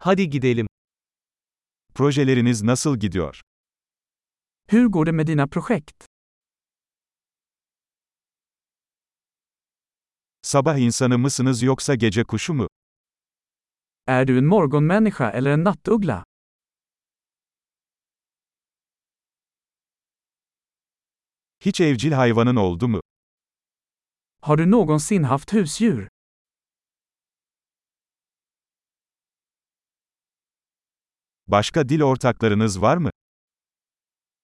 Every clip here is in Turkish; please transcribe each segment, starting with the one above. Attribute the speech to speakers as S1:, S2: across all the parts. S1: Hadi gidelim.
S2: Projeleriniz nasıl gidiyor?
S3: Hur går det med dina projekt?
S2: Sabah insanı mısınız yoksa gece kuşu mu?
S3: Är du en morgonmänniska eller en nattuggla?
S2: Hiç evcil hayvanın oldu mu?
S3: Har du någonsin haft husdjur?
S2: Başka dil ortaklarınız var mı?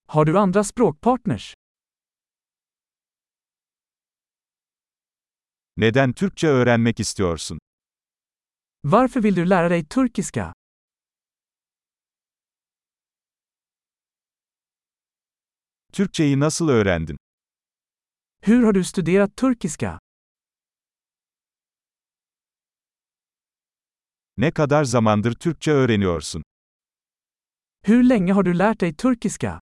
S3: Har du andra språkpartners?
S2: Neden Türkçe öğrenmek istiyorsun?
S3: Varför vill du lära dig turkiska?
S2: Türkçeyi nasıl öğrendin?
S3: Hur har du studerat turkiska?
S2: Ne kadar zamandır Türkçe öğreniyorsun?
S3: Hur länge har du lärt dig turkiska?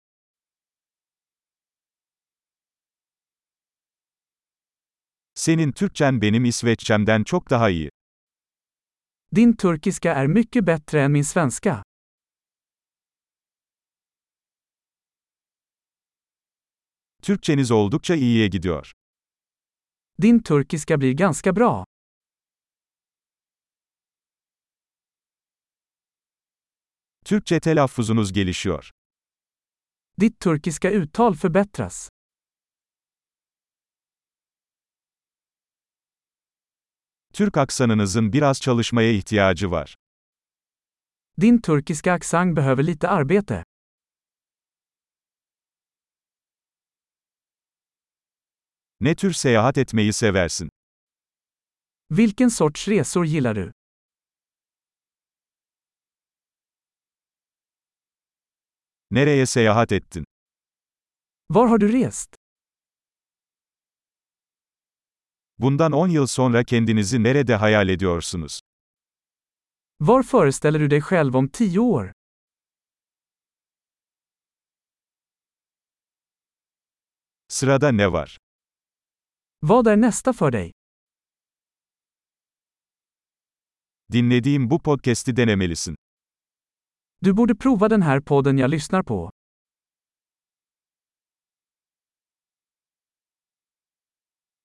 S2: Senin Türkçen benim İsveççemden çok daha iyi.
S3: Din turkiska är mycket bättre än min svenska.
S2: Türkçeniz oldukça iyiye gidiyor.
S3: Din turkiska blir ganska bra.
S2: Türkçe telaffuzunuz gelişiyor.
S3: Ditt turkiska uttal förbättras.
S2: Türk aksanınızın biraz çalışmaya ihtiyacı var.
S3: Din turkiska accent behöver lite arbete.
S2: Ne tür seyahat etmeyi seversin?
S3: Vilken sorts resor gillar du?
S2: Nereye seyahat ettin?
S3: Var har du rest?
S2: Bundan 10 yıl sonra kendinizi nerede hayal ediyorsunuz?
S3: Var föreställer du dig själv om tio år?
S2: Sırada ne var?
S3: Vad är nästa för dig?
S2: Dinlediğim bu podcast'i denemelisin.
S3: Du borde prova den här podden jag lyssnar på.